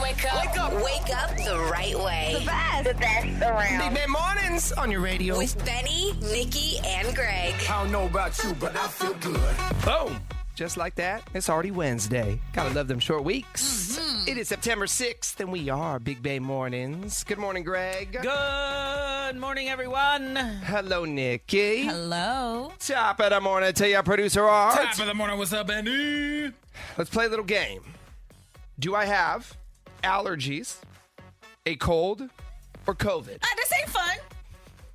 Wake up. Wake up. Wake up the right way. The best. The best Big around. Man Mornings on your radio. With Benny, Nikki, and Greg. I don't know about you, but I feel good. Boom. Just like that, it's already Wednesday. Gotta love them short weeks. It is September 6th, and we are Big Bay Mornings. Good morning, Greg. Good morning, everyone. Hello, Nikki. Hello. Top of the morning to your producer, Art. Top of the morning. What's up, Andy? Let's play a little game. Do I have allergies, a cold, or COVID? this ain't fun.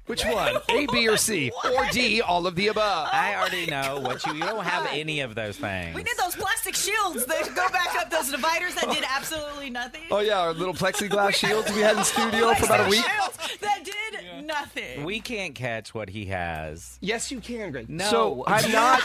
Which one? A, B, or C? Or D, all of the above? I already know what you. You don't have any of those things. We need those plastic shields that go back up those dividers that did absolutely nothing. Oh yeah, our little plexiglass shields we had in studio for about a Plastic week. shields that did nothing. We can't catch what he has. Yes, you can, Greg. No. So I'm not.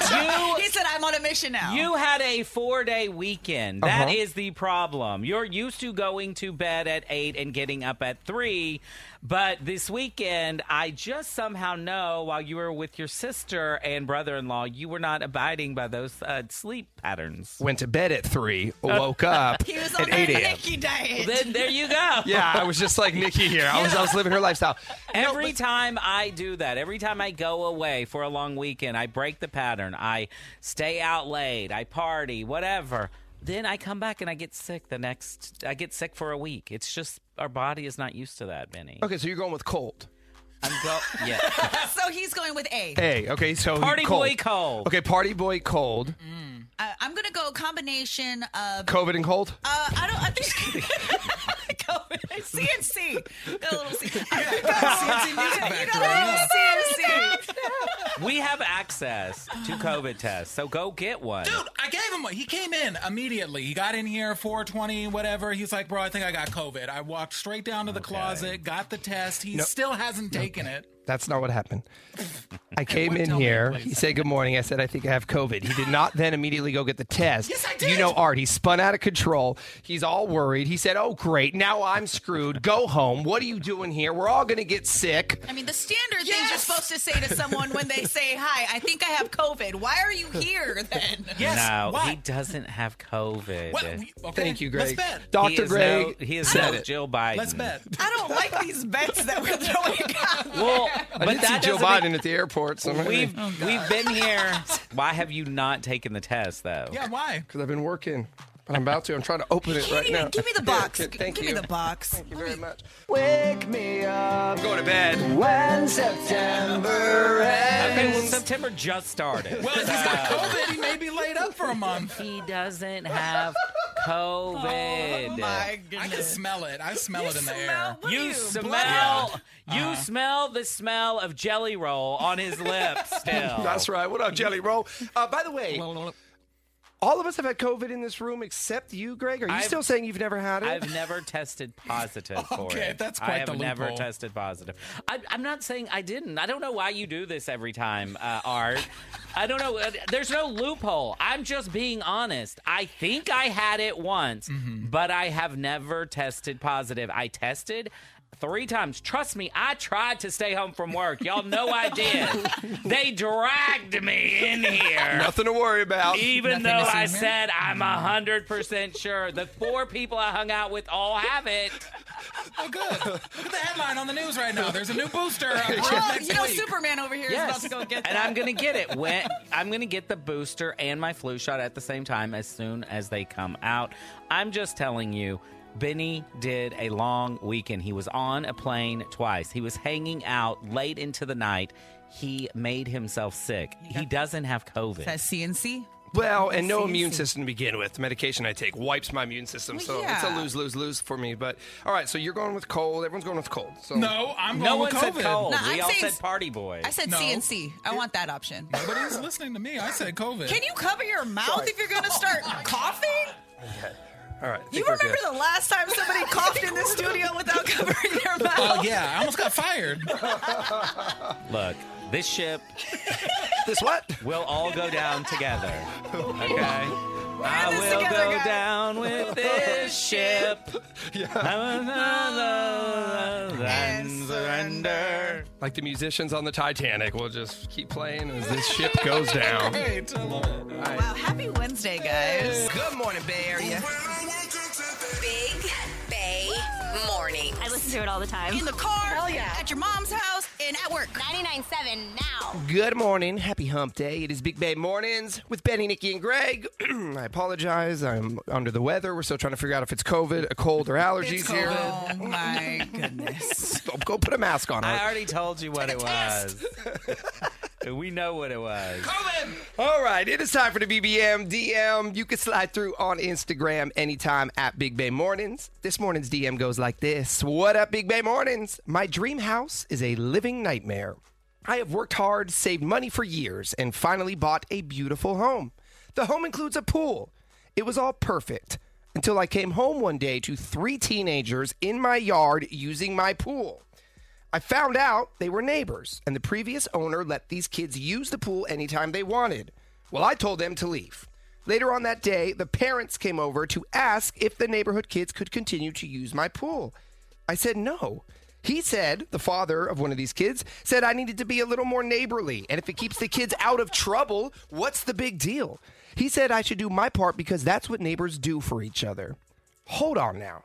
he said, "I'm on a mission now." You had a four-day weekend. That is Uh-huh. the problem. You're used to going to bed at eight and getting up at three, but this weekend, I just somehow know while you were with your sister and brother-in-law, you were not abiding by those uh, sleep patterns. Went to bed at three, woke up he was on at the eight a.m. Nikki diet. Then there you go. Yeah, I was just like Nikki here. I was I was living her lifestyle. Every time I do that, every time I go away for a long weekend, I break the pattern. I stay out late, I party, whatever. Then I come back and I get sick the next I get sick for a week. It's just our body is not used to that, Benny. Okay, so you're going with cold. I'm go yeah. so he's going with A. Hey, okay, so Party cold. boy cold. Okay, party boy cold. Uh, I'm gonna go combination of. Uh, COVID and cold. I don't. I think. COVID. CNC. Got a little CNC. I got CNC. You know, a little CNC. We have access to COVID tests, so go get one. Dude, I gave him one. He came in immediately. He got in here 420, whatever. He's like, bro, I think I got COVID. I walked straight down to the closet, got the test. He still hasn't taken it. That's not what happened. I came in tell me, here. please. He said, Good morning. I said, I think I have COVID. He did not then immediately go get the test. Yes, I did. You know, Art, he spun out of control. He's all worried. He said, Oh, great. Now I'm screwed. Go home. What are you doing here? We're all going to get sick. I mean, the standard things you're Yes! supposed to say to someone when they say, Hi, I think I have COVID. Why are you here then? Yes. no, what? he doesn't have COVID. What? We- okay, Thank you, Greg. Let's bet. He Dr. is Greg. no, he is said no it. Jill Biden. Let's bet. I don't like these bets that we're throwing out. Well, I but did see that Joe doesn't make- Biden at the airport. So We've we've been here. Why have you not taken the test though? Yeah, why? Because I've been working. But I'm about to. I'm trying to open it He right didn't now. even- Give me the Here, box. kid, thank Give you. me the box. Thank you very much. Wake me up. Go to bed. When September Okay, well, ends. September just started. Well, if he's got COVID, he may be laid up for a month. he doesn't have COVID. I can smell it. I smell it in the air. Oh What are Oh, You, smell, blood? you smell the smell of jelly roll on his lips. Still, That's right. What up, Jelly Roll? Uh, by the way, all of us have had COVID in this room except you, Greg. Are you I've- still saying you've never had it? I've never tested positive for Okay, it. that's I quite have the never loophole. tested positive. I, I'm not saying I didn't. I don't know why you do this every time, uh, Art. I don't know. Uh, There's no loophole. I'm just being honest. I think I had it once, Mm-hmm. but I have never tested positive. I tested. Three times. Trust me, I tried to stay home from work. Y'all know I did. they dragged me in here. Nothing to worry about. Even Nothing though to see I here? said I'm hundred percent sure, the four people I hung out with all have it. Oh, good. Look at the headline on the news right now. There's a new booster. approved Oh, next you know, week. Superman over here is about to go get and I'm gonna get it. When I'm gonna get the booster and my flu shot at the same time as soon as they come out. I'm just telling you. Benny did a long weekend. He was on a plane twice. He was hanging out late into the night. He made himself sick. He doesn't have COVID. that CNC. well, and no immune see. system to begin with. The medication I take wipes my immune system, Well, so it's yeah. a lose, lose, lose for me. But all right, so you're going with cold. Everyone's going with cold. So No, I'm going no one with said COVID. cold. No, we I'm all saying- said party boy. I said No. CNC. I want that option. Nobody's listening to me. I said COVID. Can you cover your mouth if you're going to start coughing? all right. I think You we're remember good. the last time somebody coughed in the studio without covering their mouth? Oh, yeah. I almost got fired. Look, this ship this what? We'll all go down together. Okay. I in this will together, go guys. down with this ship. And And surrender. Like the musicians on the Titanic. We'll just keep playing as this ship goes down. Great. I love it. Wow, happy Wednesday, guys. Good morning, Bay Area. Big Bay mornings. I listen to it all the time. In the car, Hell yeah. at your mom's house, and at work. 99.7 now. Good morning. Happy hump day. It is Big Bay Mornings with Benny, Nikki, and Greg. I apologize. I'm under the weather. We're still trying to figure out if it's COVID, a cold, or allergies here. Oh my goodness. Go, go put a mask on. I Art. already told you what it was. we know what it was. All right. It is time for the BBM DM. You can slide through on Instagram anytime at Big Bay Mornings. This morning's DM goes like this What up, Big Bay Mornings? My dream house is a living nightmare. I have worked hard, saved money for years, and finally bought a beautiful home. The home includes a pool. It was all perfect until I came home one day to three teenagers in my yard using my pool. I found out they were neighbors, and the previous owner let these kids use the pool anytime they wanted. Well, I told them to leave. Later on that day, the parents came over to ask if the neighborhood kids could continue to use my pool. I said no. He said, the father of one of these kids said I needed to be a little more neighborly, and if it keeps the kids out of trouble, what's the big deal? He said I should do my part because that's what neighbors do for each other. Hold on now.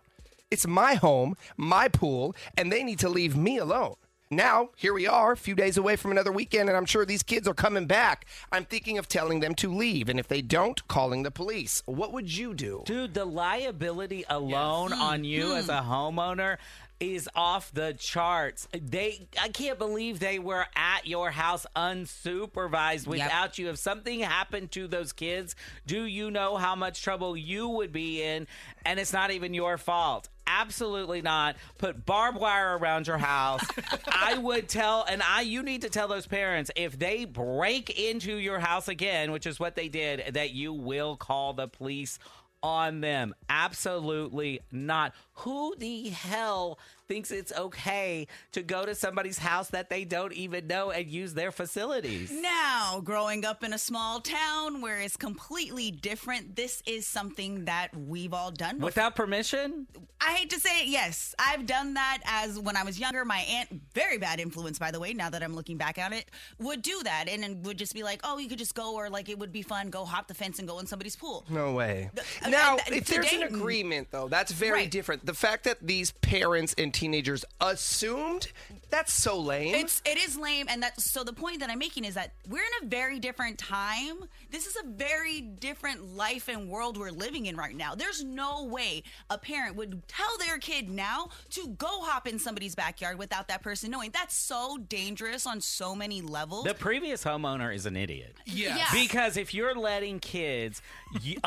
It's my home, my pool, and they need to leave me alone. Now, here we are, a few days away from another weekend, and I'm sure these kids are coming back. I'm thinking of telling them to leave, and if they don't, calling the police. What would you do? Dude, the liability alone on you as a homeowner is off the charts. They I can't believe they were at your house unsupervised without you. If something happened to those kids, do you know how much trouble you would be in and it's not even your fault? Absolutely not. Put barbed wire around your house. I would tell, and I you need to tell those parents if they break into your house again, which is what they did, that you will call the police on them. Absolutely not. Who the hell thinks it's okay to go to somebody's house that they don't even know and use their facilities? Now, growing up in a small town where it's completely different, this is something that we've all done. before. Without permission? I hate to say it, yes, I've done that as when I was younger. My aunt, very bad influence, by the way, now that I'm looking back at it, would do that and, and would just be like, oh, you could just go, or like it would be fun, go hop the fence and go in somebody's pool. No way. I- Now, I- if there's an uh, today- agreement, though, that's very Right. different. The fact that these parents and teenagers assumed that's so lame. It's it is lame, and that so the point that I'm making is that we're in a very different time. This is a very different life and world we're living in right now. There's no way a parent would tell their kid now to go hop in somebody's backyard without that person knowing. That's so dangerous on so many levels. The previous homeowner is an idiot. Yes. Yeah. Because if you're letting kids y-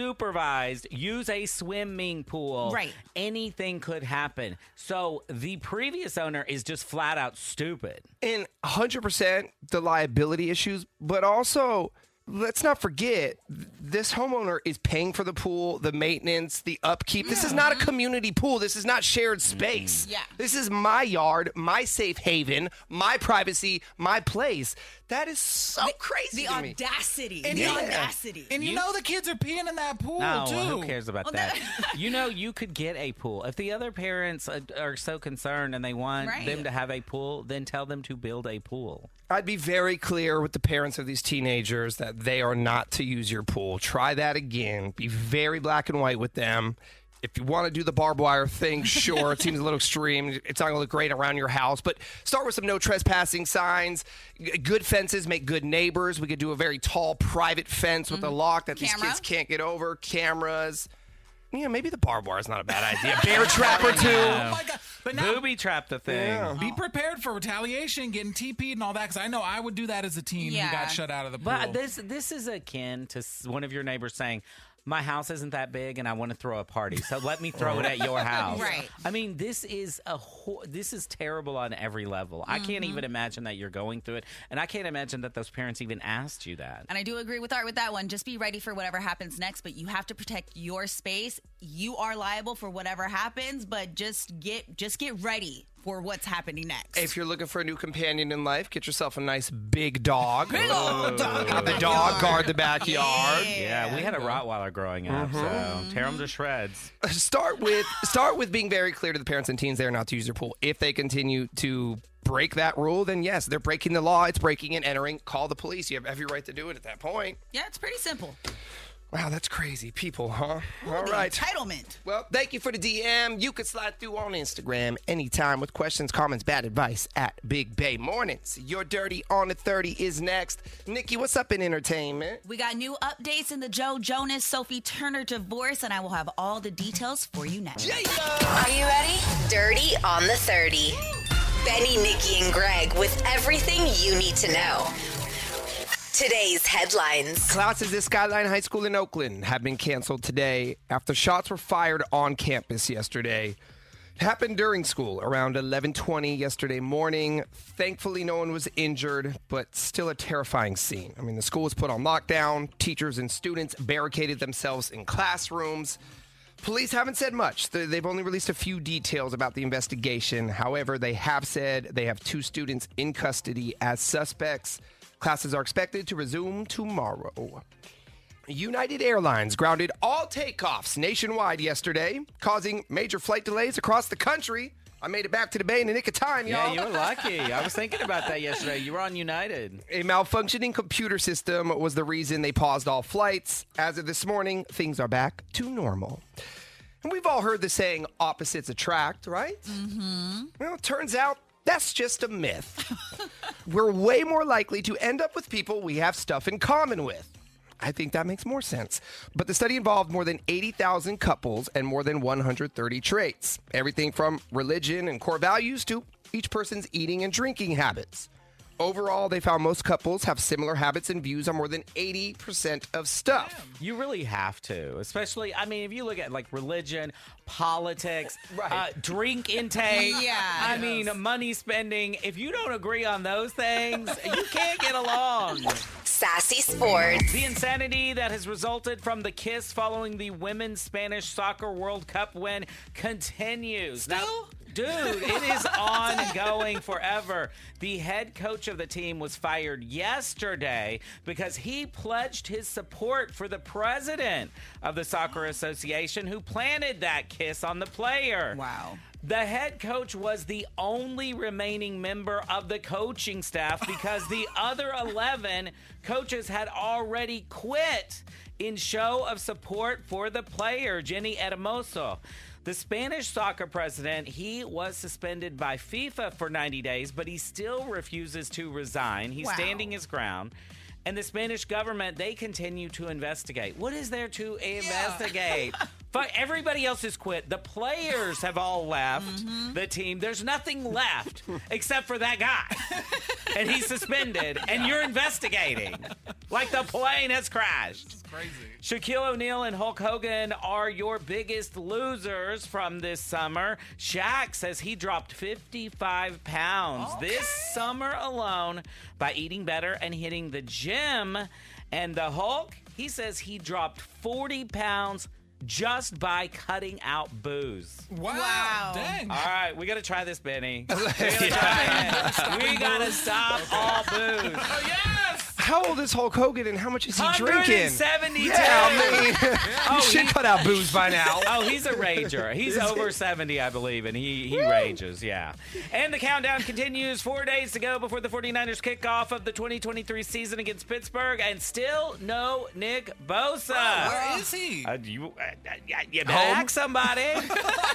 unsupervised use a swimming pool, Right. anything could happen. So the previous owner is just flat out stupid. and 100% the liability issues, but also let's not forget th- this homeowner is paying for the pool, the maintenance, the upkeep. This is not a community pool. This is not shared space. Mm-hmm. Mm, Yeah. This is my yard, my safe haven, my privacy, my place. That is so crazy. the to me. audacity, the yeah. audacity. And you, know the kids are peeing in that pool No, too. Oh, who cares about Well, that? that- you know, you could get a pool. If the other parents uh, are so concerned and they want Right. them to have a pool, then tell them to build a pool. I'd be very clear with the parents of these teenagers that they are not to use your pool. Try that again. Be very black and white with them. If you want to do the barbed wire thing, sure, it seems a little extreme. It's not going to look great around your house, but start with some no trespassing signs. G- Good fences make good neighbors. We could do a very tall private fence with a lock that Camera. these kids can't get over. Cameras. Yeah, maybe the barbed wire is not a bad idea. Bear trap or two. Oh my god! But now Booby trap the thing. be prepared for retaliation, getting TP'd and all that. Because I know I would do that as a teen Yeah. who got shut out of the pool. But this this is akin to s- one of your neighbors saying, "My house isn't that big, and I want to throw a party, so let me throw it at your house." Right. I mean, this is a ho- this is terrible on every level. I Mm-hmm. can't even imagine that you're going through it, and I can't imagine that those parents even asked you that. And I do agree with Art with that one. Just be ready for whatever happens next, but you have to protect your space. You are liable for whatever happens, but just get just get ready for what's happening next. If you're looking for a new companion in life, get yourself a nice big dog. Big old dog. Have the dog guard the backyard. Yeah, Mm-hmm. we had a Rottweiler growing up, so tear them to shreds. Uh, Start with start with being very clear to the parents and teens they are not to use their pool. If they continue to break that rule, then yes, they're breaking the law. It's breaking and entering. Call the police. You have every right to do it at that point. Yeah, it's pretty simple. Wow, that's crazy. People, huh? All The right. Entitlement. Well, thank you for the DM. You could slide through on Instagram anytime with questions, comments, bad advice at Big Bay Mornings. Your Dirty on the 30 is next. Nikki, what's up in entertainment? We got new updates in the Joe Jonas Sophie Turner divorce, and I will have all the details for you next. Are you ready? Dirty on the 30. Benny, Nikki, and Greg with everything you need to know. Today's headlines. Classes at Skyline High School in Oakland have been canceled today after shots were fired on campus yesterday. It happened during school around 11:20 yesterday morning. Thankfully no one was injured, but still a terrifying scene. I mean, the school was put on lockdown, teachers and students barricaded themselves in classrooms. Police haven't said much. They- They've only released a few details about the investigation. However, they have said they have two students in custody as suspects. Classes are expected to resume tomorrow. United Airlines grounded all takeoffs nationwide yesterday, causing major flight delays across the country. I made it back to the bay in the nick of time, y'all. Yeah, you were lucky. I was thinking about that yesterday. You were on United. A malfunctioning computer system was the reason they paused all flights. As of this morning, things are back to normal. And we've all heard the saying opposites attract, right? Mm-hmm. Well, it turns out that's just a myth. We're way more likely to end up with people we have stuff in common with. I think that makes more sense. But the study involved more than 80,000 couples and more than 130 traits. Everything from religion and core values to each person's eating and drinking habits. Overall, they found most couples have similar habits and views on more than 80% of stuff. You really have to, especially. I mean, if you look at like religion, politics, uh, drink intake. Yeah. I mean, money spending. If you don't agree on those things, you can't get along. Sassy Sports. The insanity that has resulted from the kiss following the Women's Spanish Soccer World Cup win continues. Now, dude, it is ongoing forever. The head coach of the team was fired yesterday because he pledged his support for the president of the Soccer Association who planted that kiss on the player. Wow. The head coach was the only remaining member of the coaching staff because the other 11 coaches had already quit in show of support for the player, Jenny Hermoso. The Spanish soccer president, he was suspended by FIFA for 90 days, but he still refuses to resign. He's Wow. standing his ground. And the Spanish government, they continue to investigate. What is there to investigate? Fuck, everybody else has quit. The players have all left the team. There's nothing left except for that guy. and he's suspended, and you're investigating. Like the plane has crashed. Crazy. Shaquille O'Neal and Hulk Hogan are your biggest losers from this summer. Shaq says he dropped 55 pounds this summer alone by eating better and hitting the gym. And the Hulk, he says he dropped 40 pounds just by cutting out booze. Wow. Dang. All right, we gotta try this, Benny. We gotta try it. We gotta stop all booze. Oh, yes. How old is Hulk Hogan and how much is he drinking? 170 Yeah, times. I mean, Oh, you should he- cut out booze by now. Oh, he's a rager. He's over 70, I believe, and he, he rages, yeah. And the countdown continues. Four days to go before the 49ers kickoff of the 2023 season against Pittsburgh, and still no Nick Bosa. Where is he? Uh, you, uh, uh, you back somebody. I'm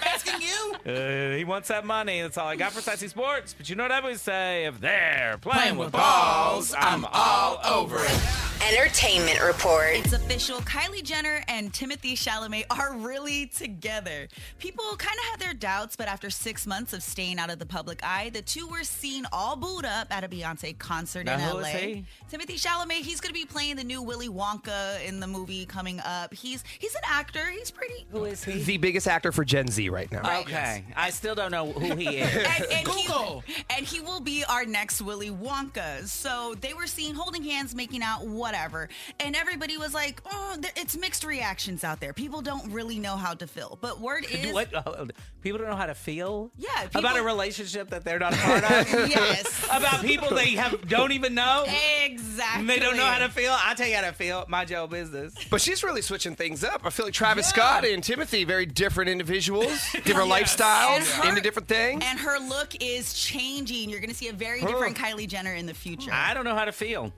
asking you. Uh, he wants that money. That's all I got for Sassy Sports. But you know what I would say? If they're playing with balls, I'm all over it. Entertainment report. It's official. Kylie Jenner and Timothy Chalamet are really together. People kind of had their doubts, but after six months of staying out of the public eye, the two were seen all booed up at a Beyonce concert Now, in who LA. is he? Timothy Chalamet, he's going to be playing the new Willy Wonka in the movie coming up. He's he's an actor. He's pretty. Who is He's the biggest actor for Gen Z right now. Okay. I still don't know who he is. and, and Google. He, and he will be our next Willy Wonka. So they were seen holding hands, making out, whatever. And everybody was like, oh, th- it's mixed reactions out there. People don't really know how to feel. But word is. What? oh, people don't know how to feel. Yeah, about a people- relationship that they're not a part of. Yes. about people they have don't even know. exactly. And they don't know how to feel. I tell you how to feel. Mind your own business. But she's really switching things up. I feel like Travis Scott and Timothy, very different individuals, different And lifestyles, her- into different things. And her look is changing. You're going to see a very different Kylie Jenner in the future. I don't know how to feel.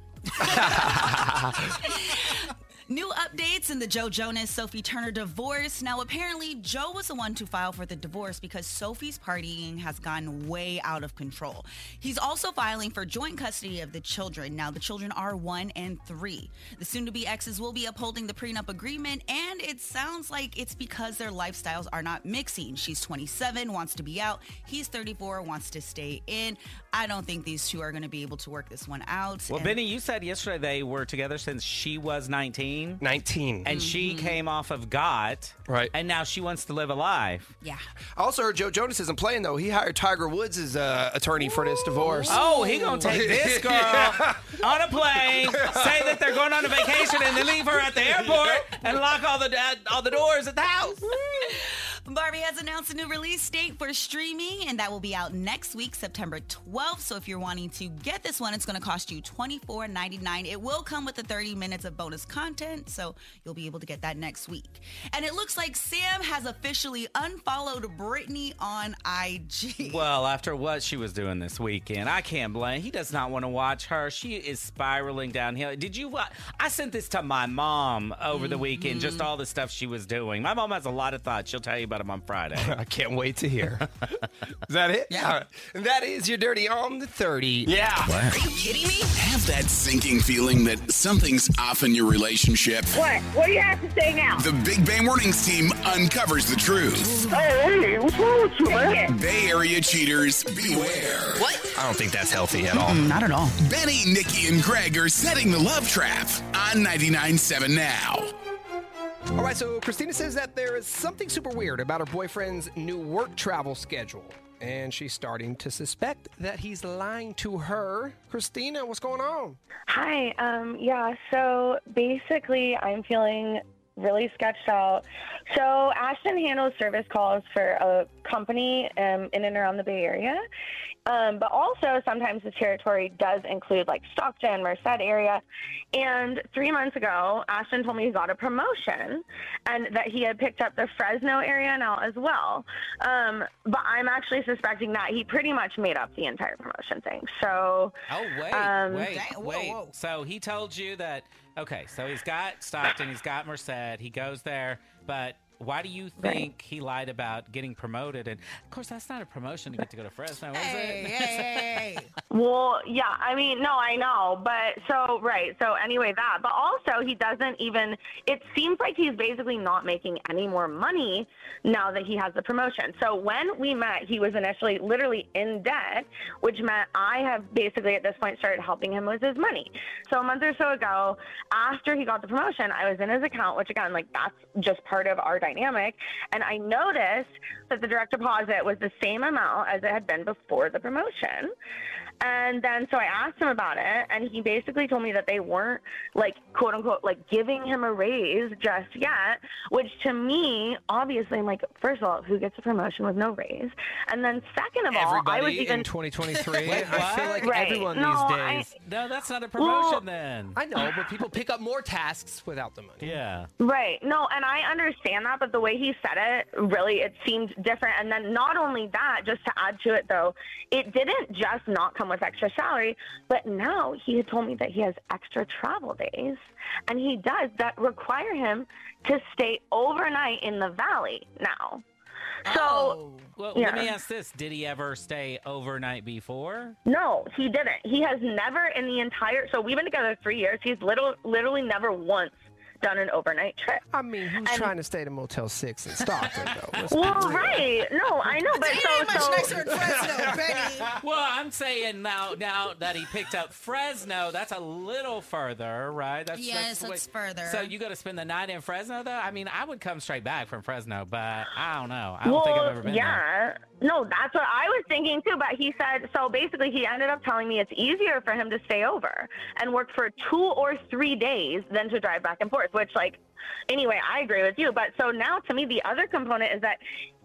New updates in the Joe Jonas Sophie Turner divorce. Now, apparently, Joe was the one to file for the divorce because Sophie's partying has gone way out of control. He's also filing for joint custody of the children. Now, the children are one and three. The soon to be exes will be upholding the prenup agreement, and it sounds like it's because their lifestyles are not mixing. She's 27, wants to be out. He's 34, wants to stay in. I don't think these two are going to be able to work this one out. Well, And- Benny, you said yesterday they were together since she was 19 19. and she came off of Got. Right. And now she wants to live a life. Yeah. I also heard Joe Jonas isn't playing, though. He hired Tiger Woods' as, uh, attorney for this divorce. Oh, he gonna take this girl Yeah. on a plane, say that they're going on a vacation, and then leave her at the airport and lock all the uh, all the doors at the house. Barbie has announced a new release date for streaming, and that will be out next week, September 12th. So if you're wanting to get this one, it's going to cost you $24.99. It will come with the 30 minutes of bonus content, so you'll be able to get that next week. And it looks like Sam has officially unfollowed Britney on IG. Well, after what she was doing this weekend, I can't blame. He does not want to watch her. She is spiraling downhill. Did you? wa- I sent this to my mom over the weekend. Just all the stuff she was doing. My mom has a lot of thoughts. She'll tell you about them on Friday. I can't wait to hear. is that it? Yeah. That is your dirty on the 30. yeah. Are you kidding me? Have that sinking feeling that something's off in your relationship. What? What do you have to say now? The Big Bang Warnings team uncovers the truth. Hey, hey, Oh, what's wrong with you, man? Bay Area cheaters, beware. What? I don't think that's healthy at all. Not at all. Benny, Nikki, and Greg are setting the love trap on 99.7 now. All right, so Christina says that there is something super weird about her boyfriend's new work travel schedule, and she's starting to suspect that he's lying to her. Christina, what's going on? Hi. Um, yeah, so basically, I'm feeling really sketched out. So, Ashton handles service calls for a company um, in and around the Bay Area. Um, but also, sometimes the territory does include like Stockton, Merced area. And three months ago, Ashton told me he got a promotion and that he had picked up the Fresno area now as well. Um, but I'm actually suspecting that he pretty much made up the entire promotion thing. So, Oh wait, Um, wait, Dang, whoa, wait. whoa. So he told you that okay, so he's got Stockton, he's got Merced, he goes there, but why do you think he lied about getting promoted? And of course, that's not a promotion to get to go to Fresno, is Hey, it? hey, hey, hey. Well, yeah, I mean, no, I know, but so right, so anyway, that. But also, he doesn't even. It seems like he's basically not making any more money now that he has the promotion. So when we met, he was initially literally in debt, which meant I have basically at this point started helping him with his money. So a month or so ago, after he got the promotion, I was in his account, which again, like that's just part of our dynamic, and I noticed that the direct deposit was the same amount as it had been before the promotion. And then so I asked him about it, and he basically told me that they weren't like quote unquote like giving him a raise just yet. Which to me, obviously, I'm like, first of all, who gets a promotion with no raise? And then second of all, I was Everybody even in 2023. Wait, I feel what? like Right. everyone No, these I- days. No, that's not a promotion Well- then. I know, but people pick up more tasks without the money. yeah. Right. No, and I understand that, but the way he said it, really, it seemed different. And then not only that, just to add to it, though, it didn't just not come with extra salary, but now he had told me that he has extra travel days, and he does that require him to stay overnight in the valley now. So. Well, Yeah. let me ask this: Did he ever stay overnight before? No, he didn't. He has never in the entire so we've been together three years. He's little literally never once done an overnight trip. I mean, who's trying to stay at a Motel 6 in Stockton, though? Let's be Well, real. right. No, I know, but It so ain't much so nicer in Fresno, Benny. Well, I'm saying now, now that he picked up Fresno, that's a little further, right? That's, Yes, the way- it's further. So you got to spend the night in Fresno, though. I mean, I would come straight back from Fresno, but I don't know. I don't think I've ever been there. yeah. No, that's what I was thinking too. But he said so. Basically, he ended up telling me it's easier for him to stay over and work for two or three days than to drive back and forth. Which, like, anyway, I agree with you. But so now, to me, the other component is that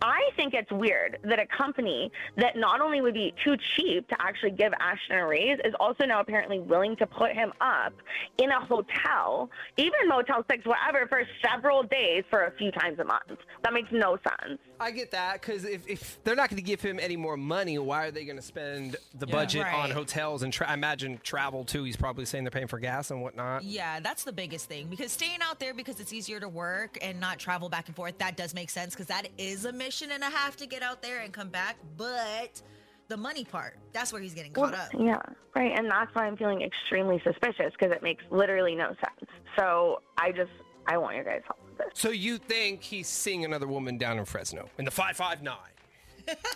I think it's weird that a company that not only would be too cheap to actually give Ashton a raise is also now apparently willing to put him up in a hotel, even Motel Six, whatever, for several days for a few times a month. That makes no sense. I get that because if, if they're not going to give him any more money, why are they going to spend the budget Right. on hotels and tra- I imagine travel too? He's probably saying they're paying for gas and whatnot. Yeah, that's the biggest thing because staying out there because it's easier to work and not travel back and forth, that does make sense because that is a mission and a half to get out there and come back. But the money part, that's where he's getting caught up. Yeah, right. And that's why I'm feeling extremely suspicious because it makes literally no sense. So I just, I want your guys' help with this. So you think he's seeing another woman down in Fresno in the five five nine?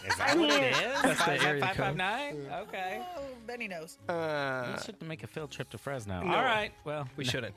Is that what it is? That's the Five- area five- five- code. nine? Okay. Oh, then he knows. We Uh, should make a field trip to Fresno. No. All right. Well, we shouldn't.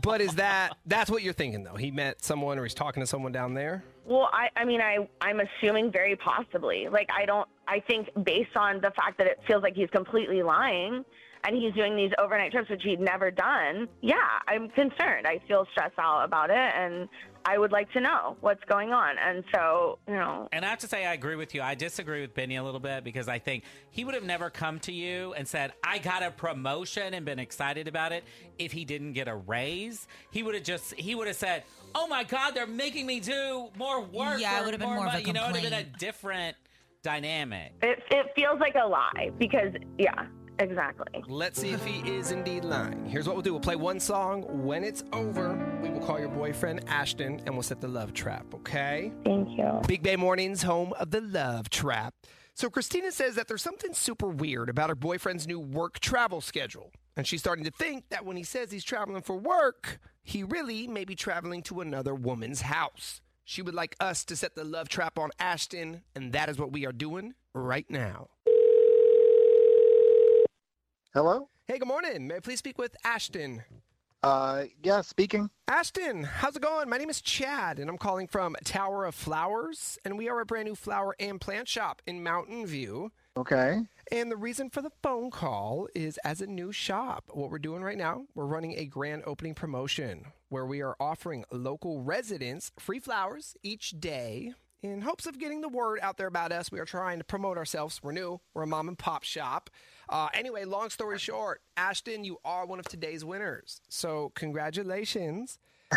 but is that that's what you're thinking though? He met someone or he's talking to someone down there? Well, I, I mean, I, I'm assuming very possibly. Like, I don't, I think based on the fact that it feels like he's completely lying and he's doing these overnight trips, which he'd never done, yeah, I'm concerned. I feel stressed out about it and I would like to know what's going on. And so, you know, And I have to say, I agree with you. I disagree with Benny a little bit because I think he would have never come to you and said, I got a promotion and been excited about it if he didn't get a raise. He would have just, he would have said, Oh my God, they're making me do more work. Yeah, it or would have been more of a money." You know, it would have been a complaint. different dynamic. it, it feels like a lie because, yeah, exactly. Let's see if he is indeed lying. Here's what we'll do we'll play one song. When it's over, we will call your boyfriend Ashton and we'll set the love trap, okay? Thank you. Big Bay Mornings, home of the love trap. So Christina says that there's something super weird about her boyfriend's new work travel schedule. And she's starting to think that when he says he's traveling for work, he really may be traveling to another woman's house. She would like us to set the love trap on Ashton, and that is what we are doing right now. Hello? Hey, good morning. May I please speak with Ashton? Uh, yeah, speaking. Ashton, how's it going? My name is Chad, and I'm calling from Tower of Flowers, and we are a brand new flower and plant shop in Mountain View. Okay. And the reason for the phone call is as a new shop, what we're doing right now, we're running a grand opening promotion where we are offering local residents free flowers each day in hopes of getting the word out there about us. We are trying to promote ourselves. We're new, we're a mom and pop shop. Uh, anyway, long story short, Ashton, you are one of today's winners. So, congratulations.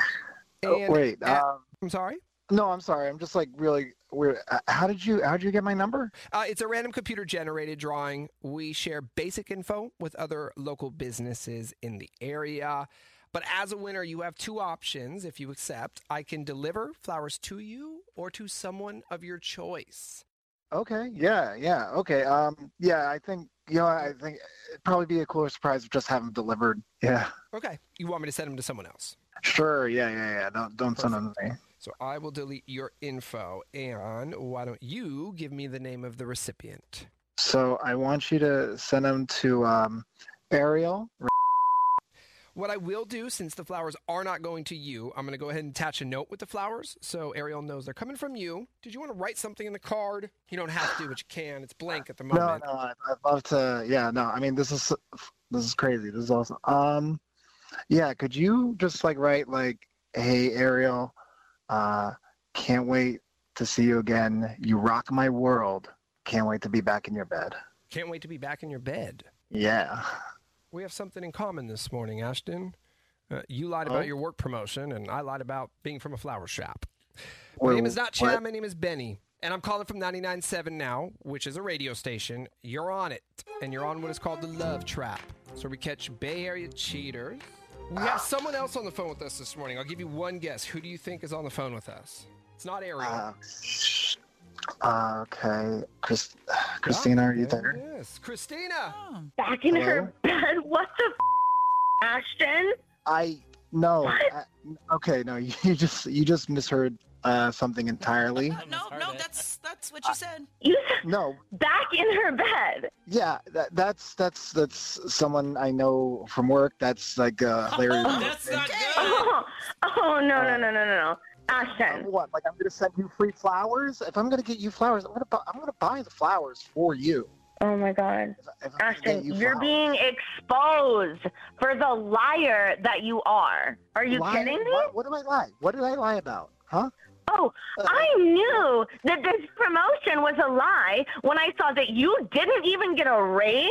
Oh, And- wait. uh, um, I'm sorry? no, I'm sorry. I'm just like really weird. Uh, How did you how did you get my number? Uh, it's a random computer generated drawing. We share basic info with other local businesses in the area. But as a winner, you have two options if you accept. I can deliver flowers to you or to someone of your choice. Okay. Yeah. Yeah. Okay. Um. Yeah. I think you know. I think it'd probably be a cooler surprise if just have them delivered. Yeah. Okay. You want me to send them to someone else? Sure. Yeah. Yeah. Yeah. Don't don't send them to me. So I will delete your info. And why don't you give me the name of the recipient? So I want you to send them to um, Ariel. What I will do, since the flowers are not going to you, I'm going to go ahead and attach a note with the flowers so Ariel knows they're coming from you. Did you want to write something in the card? You don't have to, but you can. It's blank at the No, moment. no. I, I'd love to. Yeah. No. I mean, this is this is crazy. This is awesome. Um. Yeah. Could you just like write like, "Hey Ariel, uh, can't wait to see you again. You rock my world. Can't wait to be back in your bed." Can't wait to be back in your bed. Yeah. We have something in common this morning, Ashton. Uh, you lied about Oh? your work promotion, and I lied about being from a flower shop. My Wait, name is not Chad. what? My name is Benny. And I'm calling from 99.7 now, which is a radio station. You're on it. And you're on what is called the Love Trap. So we catch Bay Area cheaters. We have someone else on the phone with us this morning. I'll give you one guess. Who do you think is on the phone with us? It's not Ariel. Uh, okay. Chris, Christina, are you there? Yes. Christina. Back in her bed? What the f- Ashton? I no. I, okay. No. You just you just misheard uh, something entirely. No, heard no, it. that's that's what you said. You said No, back in her bed. Yeah, that, that's that's that's someone I know from work. That's like uh, hilarious. Oh, That's not good. Oh, oh no, no, no, no, no, no. Number Ashton. one, like I'm gonna send you free flowers. If I'm gonna get you flowers, I'm gonna buy, I'm gonna buy the flowers for you. Oh my God. If, if I'm gonna get Ashton, you you're flowers. being exposed for the liar that you are. Are you Lie- kidding me? What, what did I lie? What did I lie about? Huh? Oh, I knew that this promotion was a lie when I saw that you didn't even get a raise,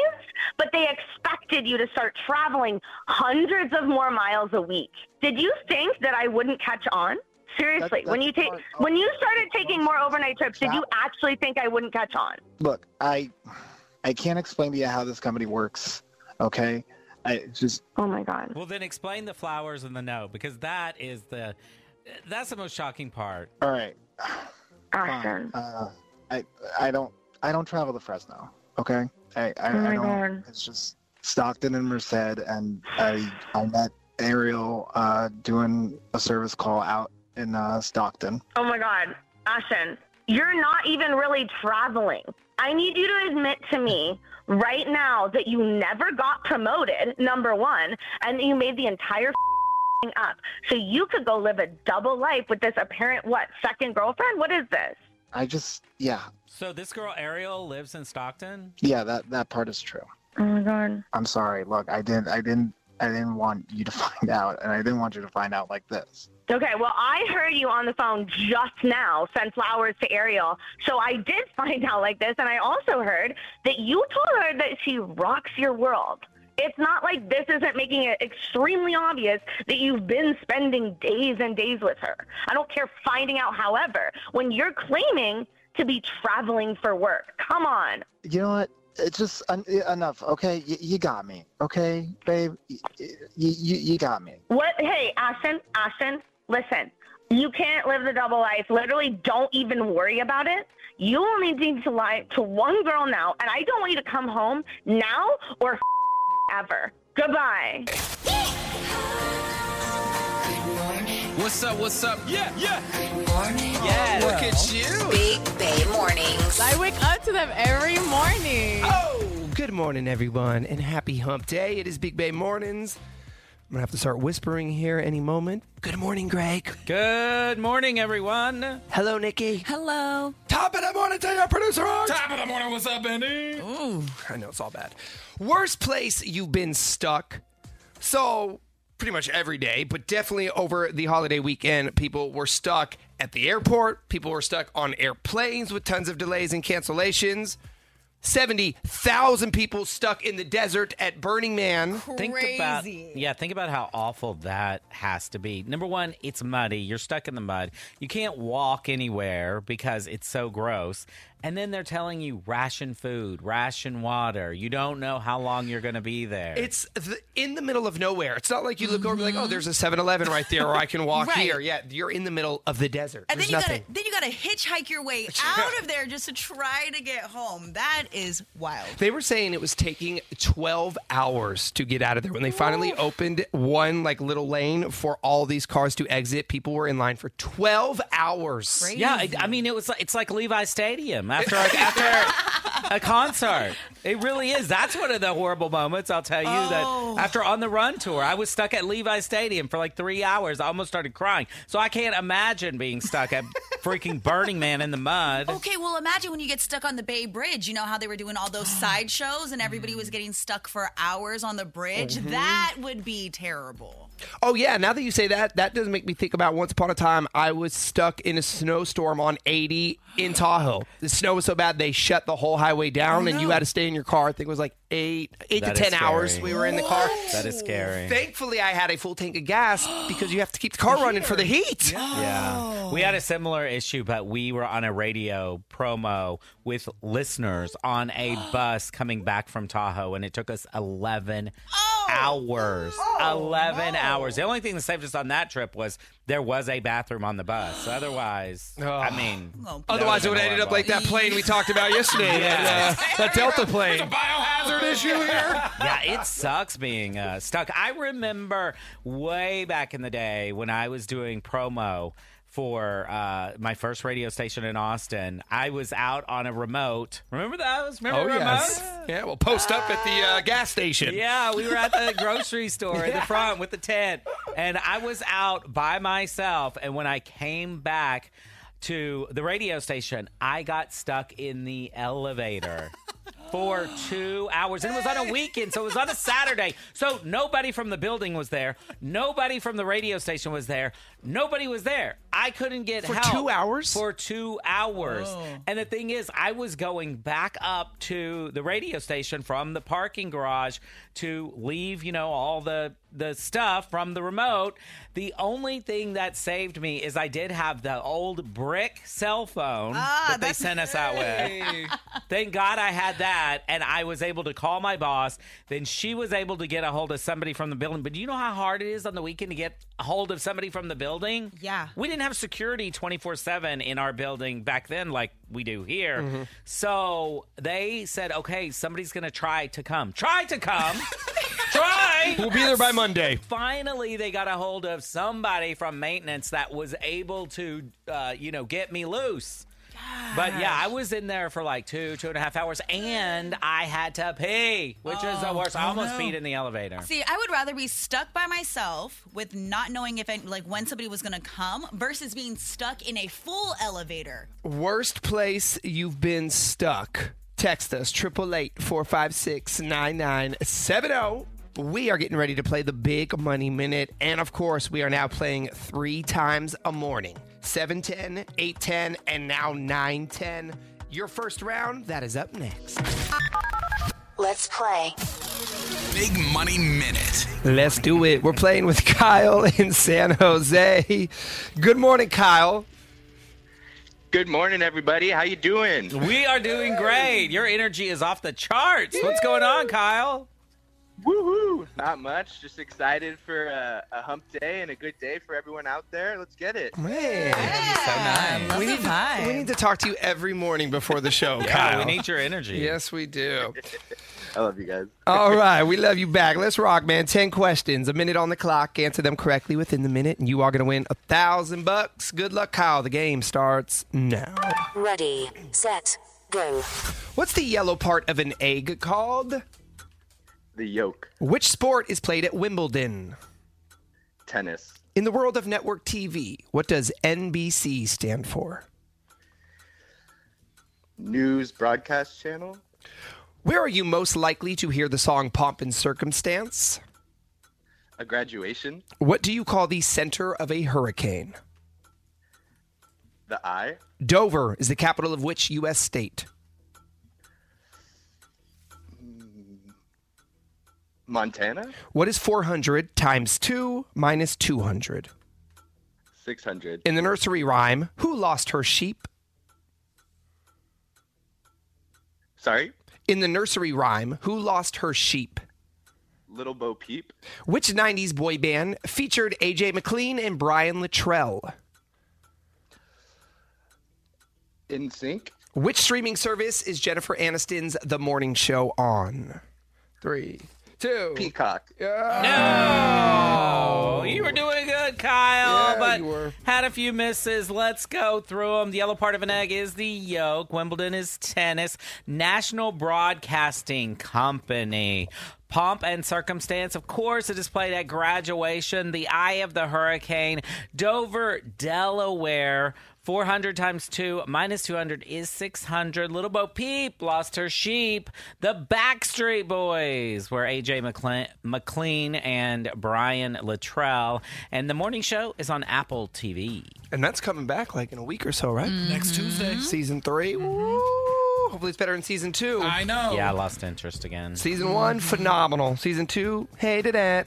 but they expected you to start traveling hundreds of more miles a week. Did you think that I wouldn't catch on? Seriously, when you take when you started taking more overnight trips, did you actually think I wouldn't catch on? look i i can't explain to you how this company works okay i just oh my god Well, then explain the flowers and the no, because that is the that's the most shocking part. all right Ashton. uh, i i don't i don't travel to fresno okay i i, Oh my I don't God. it's just stockton and merced and i i met ariel uh doing a service call out in uh stockton Oh my god, Ashton, you're not even really traveling. I need you to admit to me right now that you never got promoted, number one, and that you made the entire thing up so you could go live a double life with this apparent what second girlfriend? What is this? i just yeah So this girl Ariel lives in Stockton. yeah that that part is true oh my god i'm sorry look i didn't i didn't i didn't want you to find out and i didn't want you to find out like this Okay, well, I heard you on the phone just now send flowers to Ariel. So I did find out like this, and I also heard that you told her that she rocks your world. It's not like this isn't making it extremely obvious that you've been spending days and days with her. I don't care finding out, however, when you're claiming to be traveling for work. Come on. you know what? It's just en- enough. Okay, y- you got me. Okay, babe, y- y- you you got me. What? Hey, Ashton, Ashton, listen. You can't live the double life. Literally, don't even worry about it. You only need to lie to one girl now, and I don't want you to come home now or ever. Goodbye. What's up? What's up? Yeah, yeah. Yes. Look at you. Big Bay Mornings. I wake up to them every morning. Oh, good morning, everyone, and happy hump day. It is Big Bay Mornings. I'm going to have to start whispering here any moment. Good morning, Greg. Good morning, everyone. Hello, Nikki. Hello. Top of the morning to your producer. Art. Top of the morning. What's up, Benny? Ooh, I know it's all bad. Worst place you've been stuck. So, pretty much every day, but definitely over the holiday weekend, people were stuck at the airport. People were stuck on airplanes with tons of delays and cancellations. 70,000 people stuck in the desert at Burning Man. Think about yeah. Think about how awful that has to be. Number one, it's muddy. You're stuck in the mud. You can't walk anywhere because it's so gross. And then they're telling you ration food, ration water. You don't know how long you're going to be there. It's the, in the middle of nowhere. It's not like you look over and be like, oh, there's a 7 Eleven right there, or I can walk Mm-hmm. Right. here. Yeah, you're in the middle of the desert. And then there's you nothing. gotta then you gotta hitchhike your way out of there just to try to get home. That is wild. They were saying it was taking 12 hours to get out of there. When they finally opened one like little lane for all these cars to exit, people were in line for 12 hours. Yeah, I, I mean, it was. Like, it's like Levi Stadium after a, after a concert. It really is. That's one of the horrible moments. I'll tell you Oh. that after on the run tour, I was stuck at Levi Stadium for like three hours. I almost started crying. So I can't imagine being stuck at freaking Burning Man in the mud. Okay, well, imagine when you get stuck on the Bay Bridge. You know how they were doing all those side shows and everybody was getting stuck for hours on the bridge? Mhm. That would be terrible. Oh yeah, now that you say that, that does make me think about once upon a time I was stuck in a snowstorm on 80 in Tahoe. The snow was so bad they shut the whole highway down and you had to stay in your car. I think it was like 8 8 That to is 10 hours scary. we were in the car. That is scary. Thankfully I had a full tank of gas because you have to keep the car running for the heat. Yeah. We had a similar issue, but we were on a radio promo with listeners on a bus coming back from Tahoe, and it took us 11 hours. 11 hours. The only thing that saved us on that trip was there was a bathroom on the bus. Otherwise, I mean, that Otherwise, it would have would've been ended up horrible. like that plane we talked about yesterday, Yeah. that, uh, that Delta plane. Biohazard issue here. yeah, it sucks being uh, stuck. I remember way back in the day when I was doing promo for uh, my first radio station in Austin. I was out on a remote. Remember those? Remember Oh, remotes? yes. Yeah, well, post up at the uh, gas station. Yeah, we were at the grocery store in the front with the tent, and I was out by myself. And when I came back to the radio station, I got stuck in the elevator. For two hours. And it was on a weekend, so it was on a Saturday. So nobody from the building was there. Nobody from the radio station was there. Nobody was there. I couldn't get For help two hours? Oh. For two hours. Whoa. And the thing is, I was going back up to the radio station from the parking garage to leave, you know, all the the stuff from the remote. The only thing that saved me is I did have the old brick cell phone Ah, that they sent us out with. Thank God I had that, and I was able to call my boss. Then she was able to get a hold of somebody from the building. But do you know how hard it is on the weekend to get a hold of somebody from the building? Yeah. We didn't have security 24 7 in our building back then, like we do here. So they said, okay, somebody's going to try to come. Try to come. try. We'll be there by Monday. Finally, they got a hold of somebody from maintenance that was able to, uh, you know, get me loose. But yeah, I was in there for like two, two and a half hours, and I had to pee, which is the Oh, worst. I oh almost no. peed in the elevator. See, I would rather be stuck by myself with not knowing if any, like when somebody was gonna come versus being stuck in a full elevator. Worst place you've been stuck. Text us, 888-456-9970. oh. We are getting ready to play the Big Money Minute. And of course, we are now playing three times a morning. 710, 810, and now 910. Your first round, that is up next. Let's play. Big Money Minute. Let's do it. We're playing with Kyle in San Jose. Good morning, Kyle. Good morning, everybody. How you doing? We are doing great. Your energy is off the charts. What's going on, Kyle? Woohoo! Not much. Just excited for a, a hump day and a good day for everyone out there. Let's get it. Man. we, need, we need to talk to you every morning before the show, Yeah, Kyle. we need your energy. Yes, we do. I love you guys. All right, we love you back. Let's rock, man. Ten questions, a minute on the clock. Answer them correctly within the minute, and you are going to win a thousand bucks. Good luck, Kyle. The game starts now. Ready, set, go. What's the yellow part of an egg called? The yoke, Which sport is played at Wimbledon? tennis, In the world of network TV, what does NBC stand for? news broadcast channel, Where are you most likely to hear the song "Pomp and Circumstance"? a graduation, What do you call the center of a hurricane? the eye, Dover is the capital of which U.S. state? Montana, What is 400 times 2 minus 200? 600, In the nursery rhyme, who lost her sheep? Sorry? In the nursery rhyme, who lost her sheep? Little Bo Peep, Which 90s boy band featured AJ McLean and Brian Luttrell? In Sync, Which streaming service is Jennifer Aniston's The Morning Show on? Three, two. Peacock. Oh, you were doing good, Kyle, but had a few misses. Let's go through them. The yellow part of an egg is the yolk. Wimbledon is tennis. National Broadcasting Company. Pomp and circumstance, of course, it is played at graduation. The eye of the hurricane. Dover, Delaware. 400 times 2 minus 200 is 600. Little Bo Peep lost her sheep. The Backstreet Boys were AJ McLean, McLean and Brian Luttrell. And the morning show is on Apple TV. And that's coming back like in a week or so, right? Mm-hmm. Next Tuesday. Season 3 Woo! Hopefully it's better in season two. I know. Yeah, I lost interest again. Season one, phenomenal. Season two, hated it.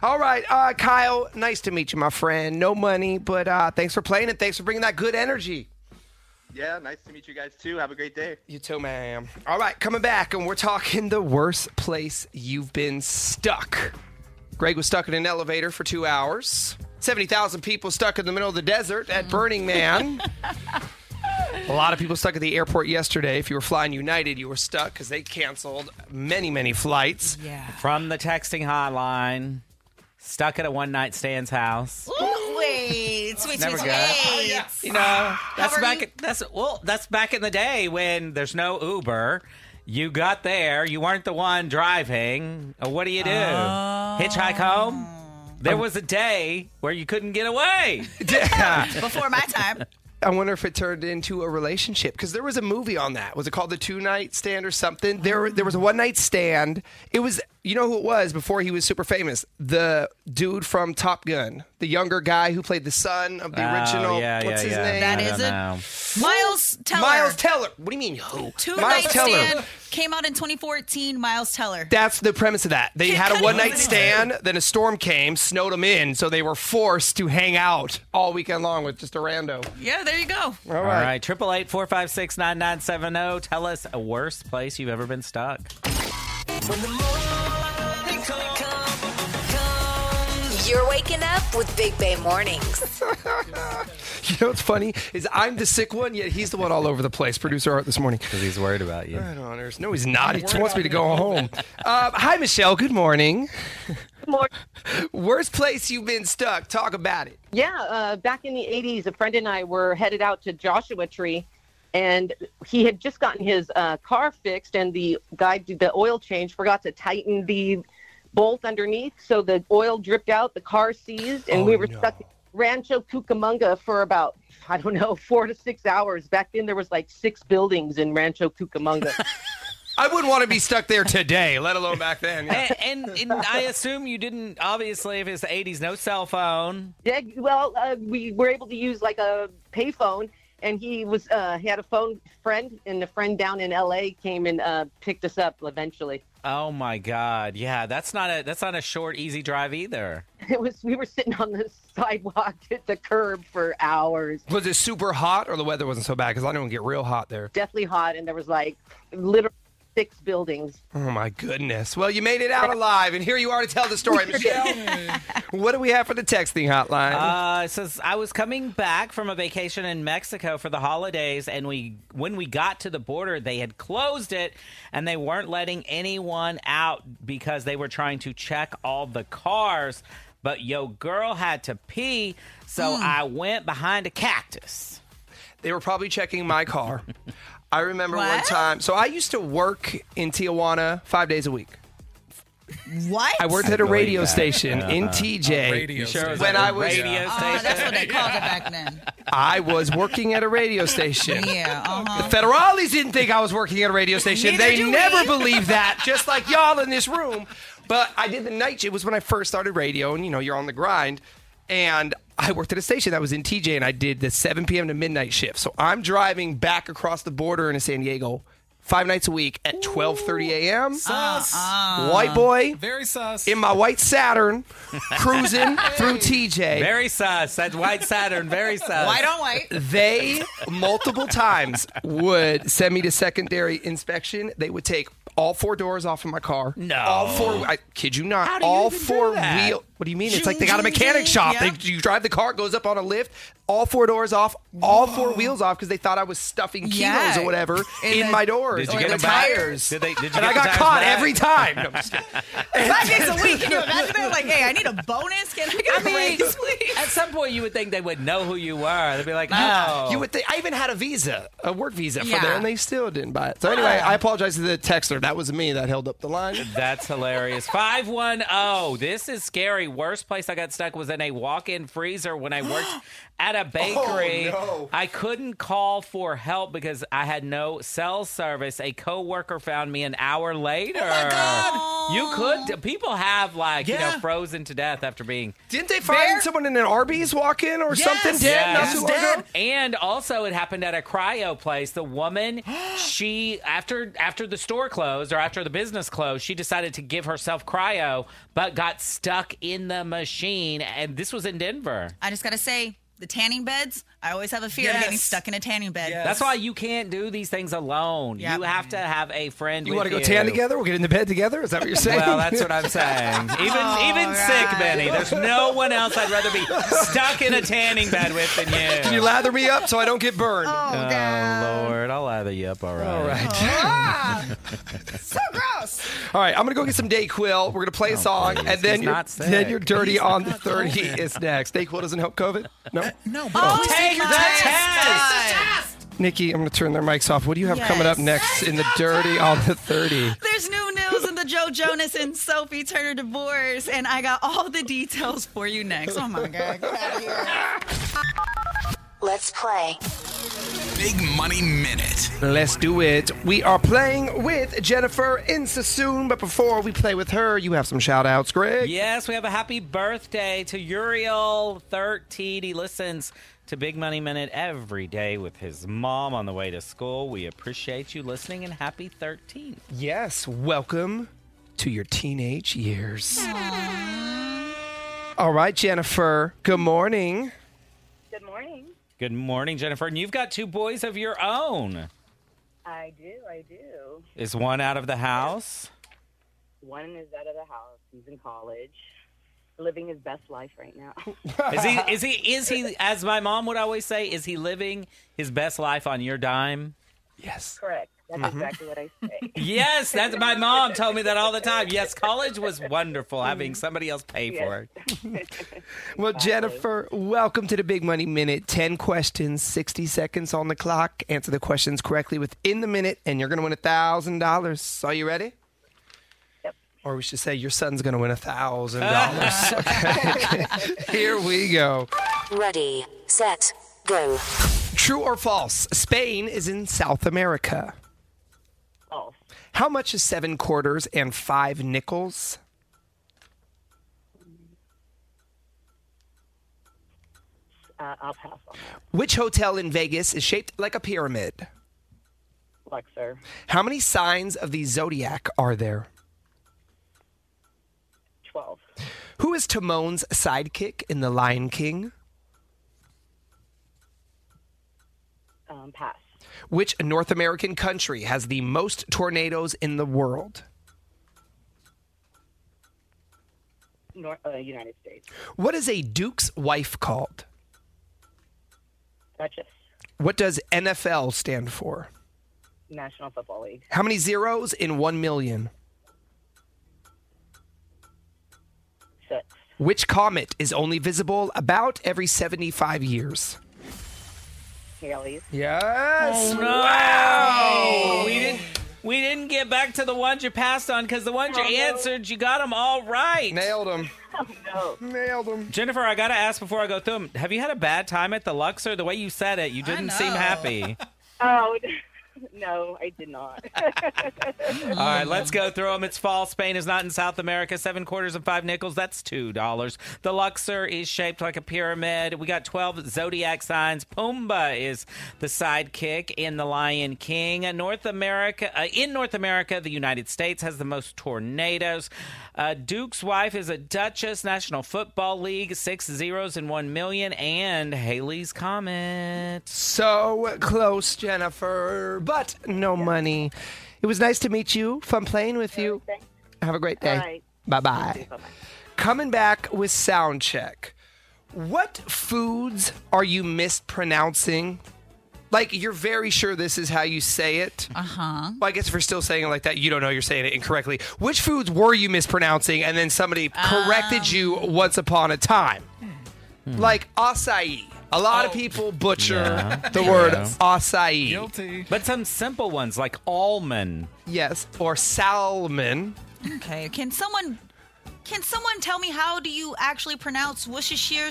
All right, uh, Kyle, nice to meet you, my friend. No money, but uh, thanks for playing and thanks for bringing that good energy. Yeah, nice to meet you guys too. Have a great day. You too, ma'am. All right, coming back, and we're talking the worst place you've been stuck. Greg was stuck in an elevator for two hours. 70,000 people stuck in the middle of the desert at Burning Man. A lot of people stuck at the airport yesterday. If you were flying United, you were stuck because they canceled many, many flights. Yeah. From the texting hotline, stuck at a one night stand's house. Wait, wait, Never wait, good. Oh, wait. You know, that's are back. That's well, that's back in the day when there's no Uber. You got there. You weren't the one driving. Uh, What do you do? Hitchhike home. There was a day where you couldn't get away. Yeah. Before my time. I wonder if it turned into a relationship because there was a movie on that. Was it called The Two Night Stand or something? There, there was a one night stand. It was, you know who it was before he was super famous? The dude from Top Gun, the younger guy who played the son of the Oh, original. yeah, what's yeah, his yeah. name? I don't know. Miles Teller. Miles Teller. What do you mean who? Two Miles Night Teller. Stand came out in 2014. Miles Teller. That's the premise of that. They had a couldn't one night even- stand, then a storm came, snowed them in, so they were forced to hang out all weekend long with just a rando. Yeah, there you go. All All right, triple eight four five six nine nine seven zero. Tell us a worst place you've ever been stuck. You're waking up with Big Bay Mornings. You know what's funny is I'm the sick one, yet he's the one all over the place. Producer Art this morning because he's worried about you. Right on, Ernest. No, he's not. He just wants me to go home. Uh, hi, Michelle. Good morning. Good morning. Worst place you've been stuck? Talk about it. Yeah, uh, back in the 80s, a friend and I were headed out to Joshua Tree, and he had just gotten his uh, car fixed, and the guy did the oil change forgot to tighten the bolt underneath, so the oil dripped out, the car seized, and we were stuck in Rancho Cucamonga for about, I don't know, four to six hours. Back then, there was like six buildings in Rancho Cucamonga. I wouldn't want to be stuck there today, let alone back then. Yeah. And, and, and I assume you didn't. Obviously, if it's the eighties, no cell phone. Yeah, well, uh, we were able to use like a payphone, and he was uh, he had a phone friend, and the friend down in L.A. came and uh, picked us up eventually. Oh my God! Yeah, that's not a that's not a short, easy drive either. It was we were sitting on the sidewalk at the curb for hours, Was it super hot or the weather wasn't so bad? Because I know it can get real hot there. deathly hot, and there was like literally six buildings. Oh my goodness. Well, you made it out alive, and here you are to tell the story, Michelle. what do we have for the texting hotline? Uh, it says I was coming back from a vacation in Mexico for the holidays, and we when we got to the border, they had closed it, and they weren't letting anyone out because they were trying to check all the cars. But yo, girl had to pee, so Hmm. I went behind a cactus. They were probably checking my car. I remember one time. So I used to work in Tijuana five days a week. What? I worked at a radio station in TJ. Uh-huh. You sure it was when at a I was, radio Oh, that's what they called it back then. I was working at a radio station. Yeah. Uh-huh. The Federales didn't think I was working at a radio station. Neither they do never we. believed that, just like y'all in this room. But I did the night. sh- It was when I first started radio, and you know, you're on the grind. And I worked at a station that was in TJ, and I did the 7 p.m. to midnight shift. So I'm driving back across the border into San Diego five nights a week at 12:30 a.m. Sus. Uh-uh. White boy, Very sus. in my white Saturn, cruising through TJ. Very sus. That's white Saturn. Very sus. White on white. They multiple times would send me to secondary inspection. They would take all four doors off of my car. No, all four. I kid you not. How do you all even do four that? wheel. What do you mean? it's Ching, like they got a ching, mechanic ching. shop. Yeah. They, you drive the car, it goes up on a lift. All four doors off. All four wheels off because they thought I was stuffing kilos Yeah. or whatever In in the- my doors Did you or get the them back? tires. Did they- did you and get I the got tires caught back? every time. No, I'm just kidding. Five days a week. Can you imagine that? Like, hey, I need a bonus. Can I get a raise, please? At some point, you would think they would know who you were. They'd be like, You- "Oh, You would think I even had a visa, a work visa for Yeah. there, and they still didn't buy it. So anyway, I apologize to the texter. That was me that held up the line. That's hilarious. 510. This is scary. Worst place I got stuck was in a walk in freezer when I worked at a bakery. Oh, no. I couldn't call for help because I had no cell service. A coworker found me an hour later. Oh my God. You could. People have, like, you know, frozen to death after being. Didn't they find someone in an Arby's walk in or something dead? Yes. Not too long ago? And also, it happened at a cryo place. The woman, she after after the store closed or after the business closed, she decided to give herself cryo, but got stuck in the machine. And this was in Denver. I just gotta say, the tanning beds. I always have a fear of getting Yes. stuck in a tanning bed. That's why you can't do these things alone. Yep. You have to have a friend. You with want to go tan together? We'll get into bed together. Is that what you're saying? Well, that's what I'm saying. Even Oh, even sick, Benny. There's no one else I'd rather be stuck in a tanning bed with than you. Can you lather me up so I don't get burned? Oh, Lord, I'll lather you up all right. All right. so gross. All right, I'm gonna go get some Dayquil. We're gonna play a song, and then Oh, He's you're, not sick. then you're dirty He's on the not 30 COVID. is next. Dayquil doesn't help COVID. No, no. Oh, take the test. Nikki, I'm gonna turn their mics off. What do you have coming up Yes. next in the dirty on the 30? There's new news in the Joe Jonas and Sophie Turner divorce, and I got all the details for you next. Oh my god. Let's play Big Money Minute. Let's do it. We are playing with Jennifer in Sassoon, but before we play with her, you have some shout outs, Greg. Yes, we have a happy birthday to Uriel 13. He listens to Big Money Minute every day with his mom on the way to school. We appreciate you listening and happy 13. Yes, welcome to your teenage years. All right, Jennifer, good morning. Good morning. Good morning, Jennifer. And you've got two boys of your own. I do, I do. Is one out of the house? One is out of the house. He's in college, living his best life right now. Is he is he is he as my mom would always say, is he living his best life on your dime? Yes. Correct. That's Mhm. exactly what I say. Yes, that's my mom told me that all the time. Yes, college was wonderful having somebody else pay for it. Well, Jennifer, welcome to the Big Money Minute. 10 questions, 60 seconds on the clock. Answer the questions correctly within the minute, and you're going to win $1,000. Are you ready? Yep. Or we should say, your son's going to win $1,000. okay. Here we go. Ready, set, go. True or false? Spain is in South America. False. How much is seven quarters and five nickels? Uh, I'll pass on Which hotel in Vegas is shaped like a pyramid? Luxor. How many signs of the zodiac are there? 12. Who is Timon's sidekick in The Lion King? Um, pass. Which North American country has the most tornadoes in the world? Nor- uh, United States. What is a Duke's wife called? Duchess. What does NFL stand for? National Football League. How many zeros in 1 million? Six. Which comet is only visible about every 75 years? Haley's. Yes. Oh, no. We didn't we didn't get back to the ones you passed on because the ones you answered, you got them all right. Nailed them. Oh, Nailed them. Jennifer, I gotta ask before I go through them. Have you had a bad time at the Luxor? The way you said it, you didn't seem happy. Oh, no, I did not. All right, let's go through them. It's fall. Spain is not in South America. Seven quarters and five nickels. That's two dollars. The Luxor is shaped like a pyramid. We got twelve zodiac signs. Pumbaa is the sidekick in the Lion King. Uh, North America, uh, in North America, the United States has the most tornadoes. Uh, Duke's wife is a Duchess. National Football League six zeros and one million. And Haley's Comet. So close, Jennifer, but no money. It was nice to meet you. Fun playing with you. Have a great day. All right. Bye bye. Coming back with sound check. What foods are you mispronouncing? Like you're very sure this is how you say it. Uh huh. Well, I guess if you're still saying it like that, you don't know you're saying it incorrectly. Which foods were you mispronouncing, and then somebody corrected you once upon a time? Hmm. Like acai. A lot of people butcher Yeah. the word Yeah. acai. Guilty. But some simple ones like almond. Yes, or salmon. Okay. Can someone can someone tell me how do you actually pronounce Worcestershire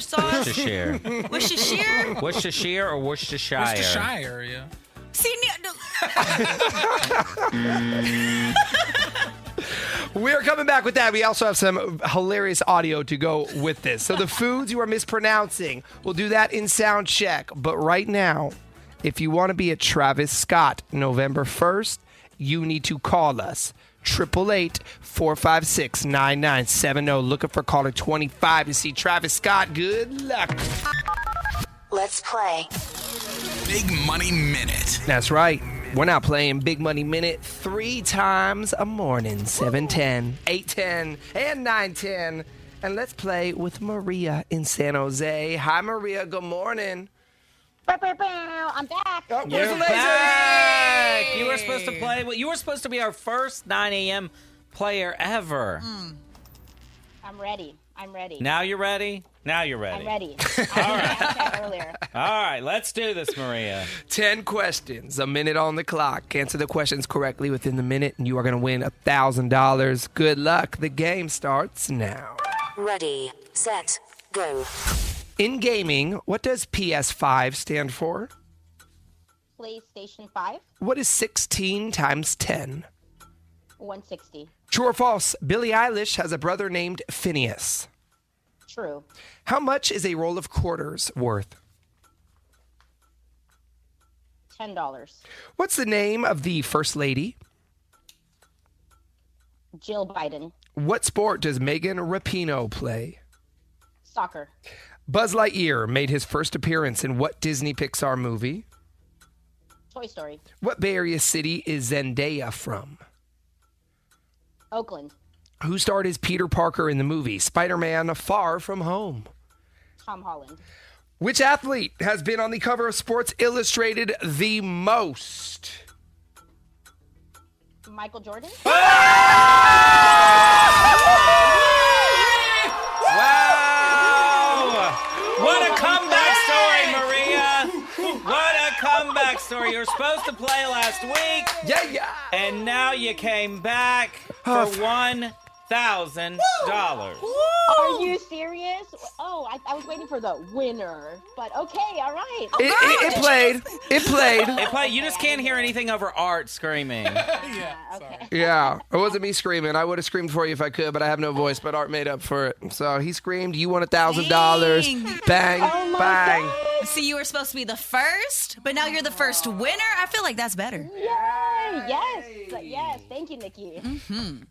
sauce? Worcestershire. Worcestershire. Worcestershire or Worcestershire? Worcestershire, yeah. See, no, We're coming back with that. We also have some hilarious audio to go with this. So the foods you are mispronouncing, we'll do that in sound check. But right now, if you want to be a Travis Scott November 1st, you need to call us. 888 456 9970. oh. Looking for caller 25 to see Travis Scott. Good luck. Let's play. Big Money Minute. That's right. We're now playing Big Money Minute three times a morning 710, 810, and 910. And let's play with Maria in San Jose. Hi, Maria. Good morning. I'm back. Oh, You're back. You were supposed to play. Well, you were supposed to be our first 9 a.m. player ever. I'm ready. I'm ready. Now you're ready. Now you're ready. I'm ready. All right. Earlier. All right, let's do this, Maria. 10 questions, a minute on the clock. Answer the questions correctly within the minute, and you are going to win $1,000. Good luck. The game starts now. Ready, set, go. In gaming, what does PS5 stand for? PlayStation 5, What is 16 times 10? 160. True or false? Billie Eilish has a brother named Phineas. True. How much is a roll of quarters worth? $10. What's the name of the first lady? Jill Biden. What sport does Megan Rapinoe play? Soccer. Buzz Lightyear made his first appearance in what Disney Pixar movie? Toy Story. What Bay Area city is Zendaya from? Oakland. Who starred as Peter Parker in the movie Spider Man Far From Home? Tom Holland. Which athlete has been on the cover of Sports Illustrated the most? Michael Jordan. Wow! What a comeback story, Maria! What a comeback story. You were supposed to play last week. Yeah, yeah. And now you came back for one thousand dollars. Are you serious? Oh, I, I was waiting for the winner. But okay, all right. It, it, it played. It played. It played. You just can't hear anything over art screaming. Yeah, it wasn't me screaming. I would have screamed for you if I could, but I have no voice. But Art made up for it. So he screamed, "You won a thousand dollars!" Bang, Oh bang. See, you were supposed to be the first, but now you're the first winner. I feel like that's better. Yay! Yes, yes. Thank you, Nikki.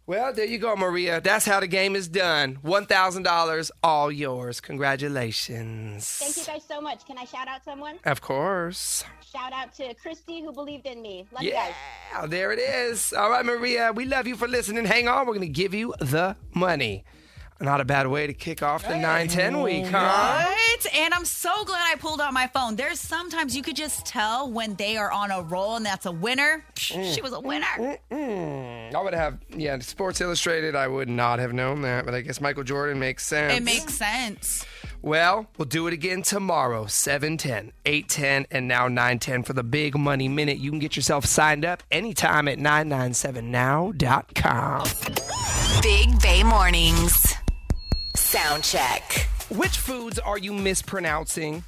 Well, there you go, Maria. That's how the game is done. One thousand dollars, all yours. Congratulations. Thank you guys so much. Can I shout out someone? Of course. Shout out to Christy who believed in me. Love you Yeah, guys. there it is. All right, Maria, we love you for listening. Hang on, we're going to give you the money. Not a bad way to kick off the 910 week, huh? What? And I'm so glad I pulled out my phone. There's sometimes you could just tell when they are on a roll and that's a winner. She was a Mm. winner. Mm, I would have, yeah, Sports Illustrated, I would not have known that, but I guess Michael Jordan makes sense. It makes sense. Well, we'll do it again tomorrow, 710, 810, and now 910 for the big money minute. You can get yourself signed up anytime at 997now.com. Big Bay Mornings. Sound check. Which foods are you mispronouncing?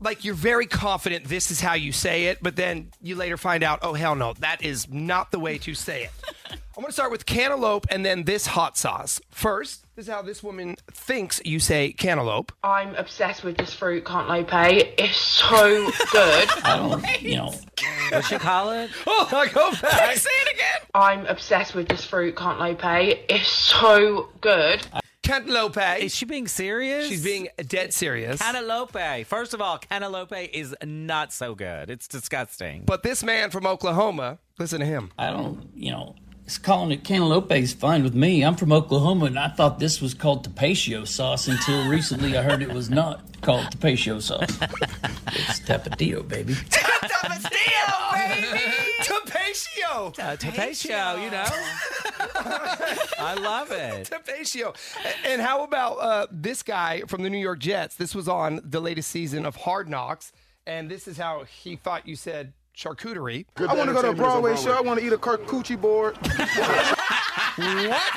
Like you're very confident this is how you say it, but then you later find out, oh hell no, that is not the way to say it. I'm gonna start with cantaloupe and then this hot sauce. First, this is how this woman thinks you say cantaloupe. I'm obsessed with this fruit, can't I pay? It's so good. I don't, you know, what you call it? Oh, I go back. Say it again. I'm obsessed with this fruit, can't I pay? It's so good. Cantaloupe. Is she being serious? She's being dead serious. Cantaloupe. First of all, cantaloupe is not so good. It's disgusting. But this man from Oklahoma, listen to him. I don't, you know, it's calling it cantaloupe is fine with me. I'm from Oklahoma, and I thought this was called tapatio sauce until recently. I heard it was not called tapatio sauce. It's tapatio, baby. Tapatio. Uh, tapatio, you know. I love it. Tapatio. And how about uh, this guy from the New York Jets? This was on the latest season of Hard Knocks, and this is how he thought you said charcuterie. I want to go to a Broadway, show. I want to eat a charcuterie board. what?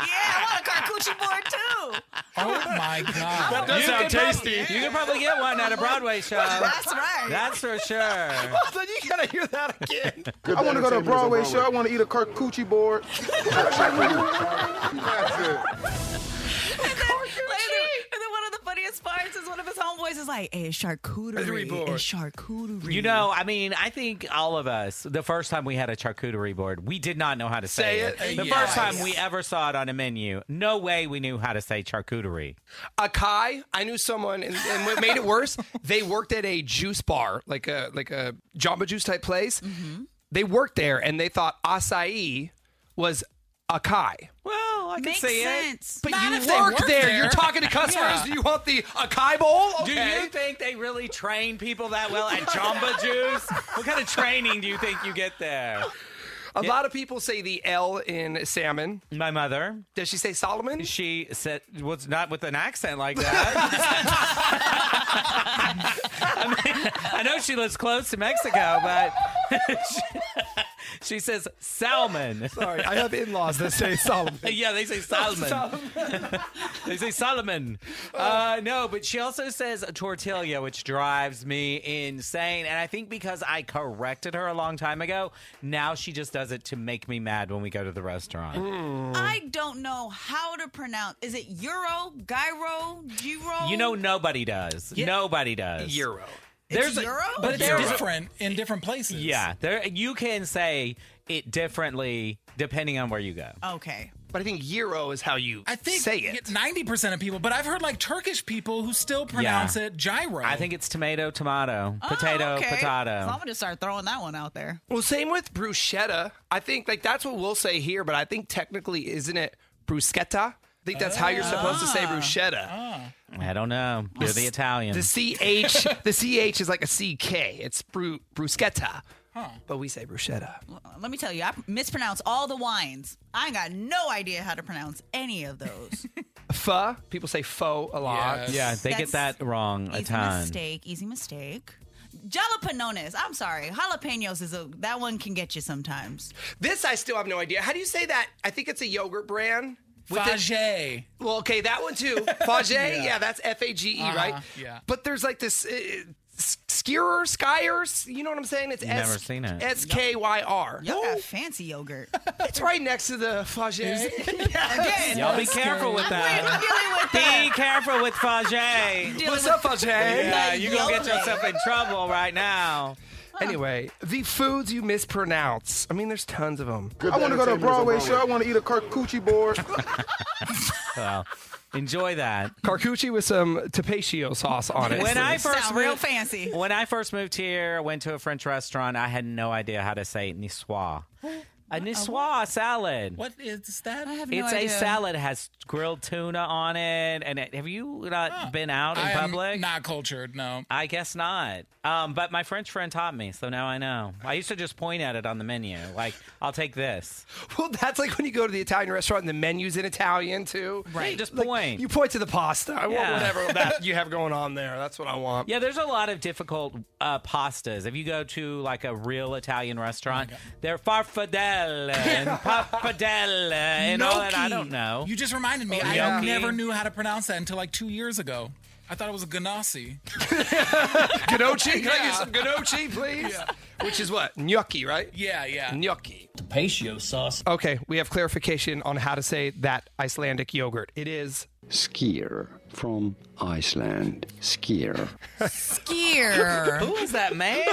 A carcucci board too. Oh my god. That does You sound could tasty. probably- you could probably get one at a Broadway show. That's right. That's for sure. Then you gotta hear that again. I want to go to a Broadway, show. I want to eat a charcuterie board. Later, and then one of the funniest parts is one of his homeboys is like, hey, it's charcuterie. It's charcuterie. You know, I mean, I think all of us, the first time we had a charcuterie board, we did not know how to say, Say it. it. The Yes. first time we ever saw it on a menu, no way we knew how to say charcuterie. Akai, Uh, I knew someone, and, and what made it worse, they worked at a juice bar, like a like a Jamba Juice type place. They worked there, and they thought acai was Akai. Well, I can Makes see it. sense. But Not you if they work work there. there. You're talking to customers. Yeah. Do You want the Akai bowl? Do Okay. you think they really train people that well at Jamba Juice? What kind of training do you think you get there? A lot of people say the L in salmon. My mother. Does she say Solomon? She said, was not with an accent like that. I mean, I know she lives close to Mexico, but she, She says salmon. Sorry, I have in-laws that say Solomon. yeah, they say salmon. they say Solomon. Uh, no, but she also says tortilla, which drives me insane. And I think because I corrected her a long time ago, now she just does it to make me mad when we go to the restaurant. I don't know how to pronounce. Is it euro, gyro, gyro? You know, nobody does. Yeah. Nobody does. Euro. It's euro? But it's there- different in different places. Yeah, there you can say it differently depending on where you go. Okay. But I think euro is how you I think say it. Ninety percent of people, but I've heard like Turkish people who still pronounce Yeah. it gyro. I think it's tomato, tomato, Oh, potato, okay. So I'm potato. gonna just start throwing that one out there. Well, same with bruschetta. I think like that's what we'll say here, but I think technically isn't it bruschetta? I think that's how you're supposed to say Ah. bruschetta. I don't know. You're the Italian. The ch the ch is like a ck. It's bru- bruschetta, Huh. but we say bruschetta. Let me tell you, I mispronounce all the wines. I ain't got no idea how to pronounce any of those. Pho. People say pho a lot. Yes. yeah, they get That's that wrong a easy ton. mistake. Easy mistake. Jalapenones. I'm sorry. Jalapenos is a that one can get you sometimes. This I still have no idea. How do you say that? I think it's a yogurt brand. with the- Fage. Well, okay, that one too. Fage, yeah. Yeah. that's F A G E, Uh-huh, right? yeah. But there's like this uh, skewer, skyers. You know what I'm saying? It's Never seen it. S K Y R. Y'all got fancy yogurt. It's right next to the fage. Again, Y'all be careful with I'm that. dealing with Be that. careful with Fage. Dealing What's with- up, fage? Yeah, The you're going to get yogurt. yourself in trouble right now. Anyway, the foods you mispronounce. I mean, there's tons of them. I want to go to a Broadway show. I want to eat a charcuterie board. Well, enjoy that. Carcucci with some tapatio sauce on it. When I first Sound real moved- fancy. When I first moved here, I went to a French restaurant. I had no idea how to say niçoise. A niçoise salad. What is that? I have It's a salad It has grilled tuna on it. And it, have you not been out in I am public? not cultured. No. I guess not. Um, but my French friend taught me, so now I know. I used to just point at it on the menu, like I'll take this. well, that's like when you go to the Italian restaurant and the menu's in Italian too. Right. just Like, point. You point to the pasta. I want Yeah. whatever that you have going on there. That's what I want. Yeah, there's a lot of difficult uh, pastas. If you go to like a real Italian Oh restaurant, they're farfadelle and pappardelle and all that. I Gnocchi. don't know. You just reminded me. I Gnocchi. never knew how to pronounce that until like two years ago. I thought it was a ganassi. Gnocchi? Can I get some gnocchi, please? Which is what? Gnocchi, right? Yeah, yeah. Gnocchi. Tapatio sauce. Okay, we have clarification on how to say that Icelandic yogurt. It is Skier from Iceland. Skier. Skier. Who is that man?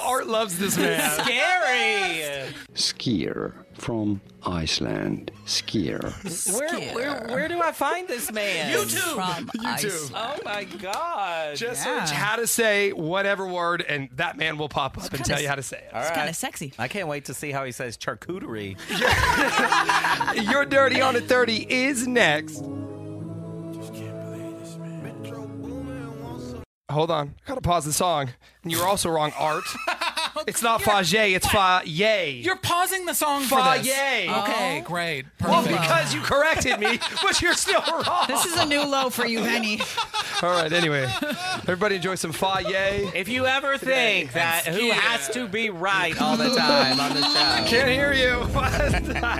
Art loves this man. Scary. Skier from Iceland. Skier. Where, where where do I find this man? YouTube. From YouTube. Oh my god. Just Yeah. search how to say whatever word, and that man will pop up and tell you how to say All it. It's kind right. of sexy. I can't wait to see how he says charcuterie. Your dirty on a thirty is next. Hold on, I gotta pause the song. And you're also wrong, Art. it's not Fage, it's Faye. You're pausing the song for this. Faye. Okay, great. Well, Perfect. because you corrected me, but you're still wrong. This is a new low for you, Henny. All right, anyway. Everybody enjoy some Faye. If you ever think that who has to be right all the time on the show. Can't hear you. What?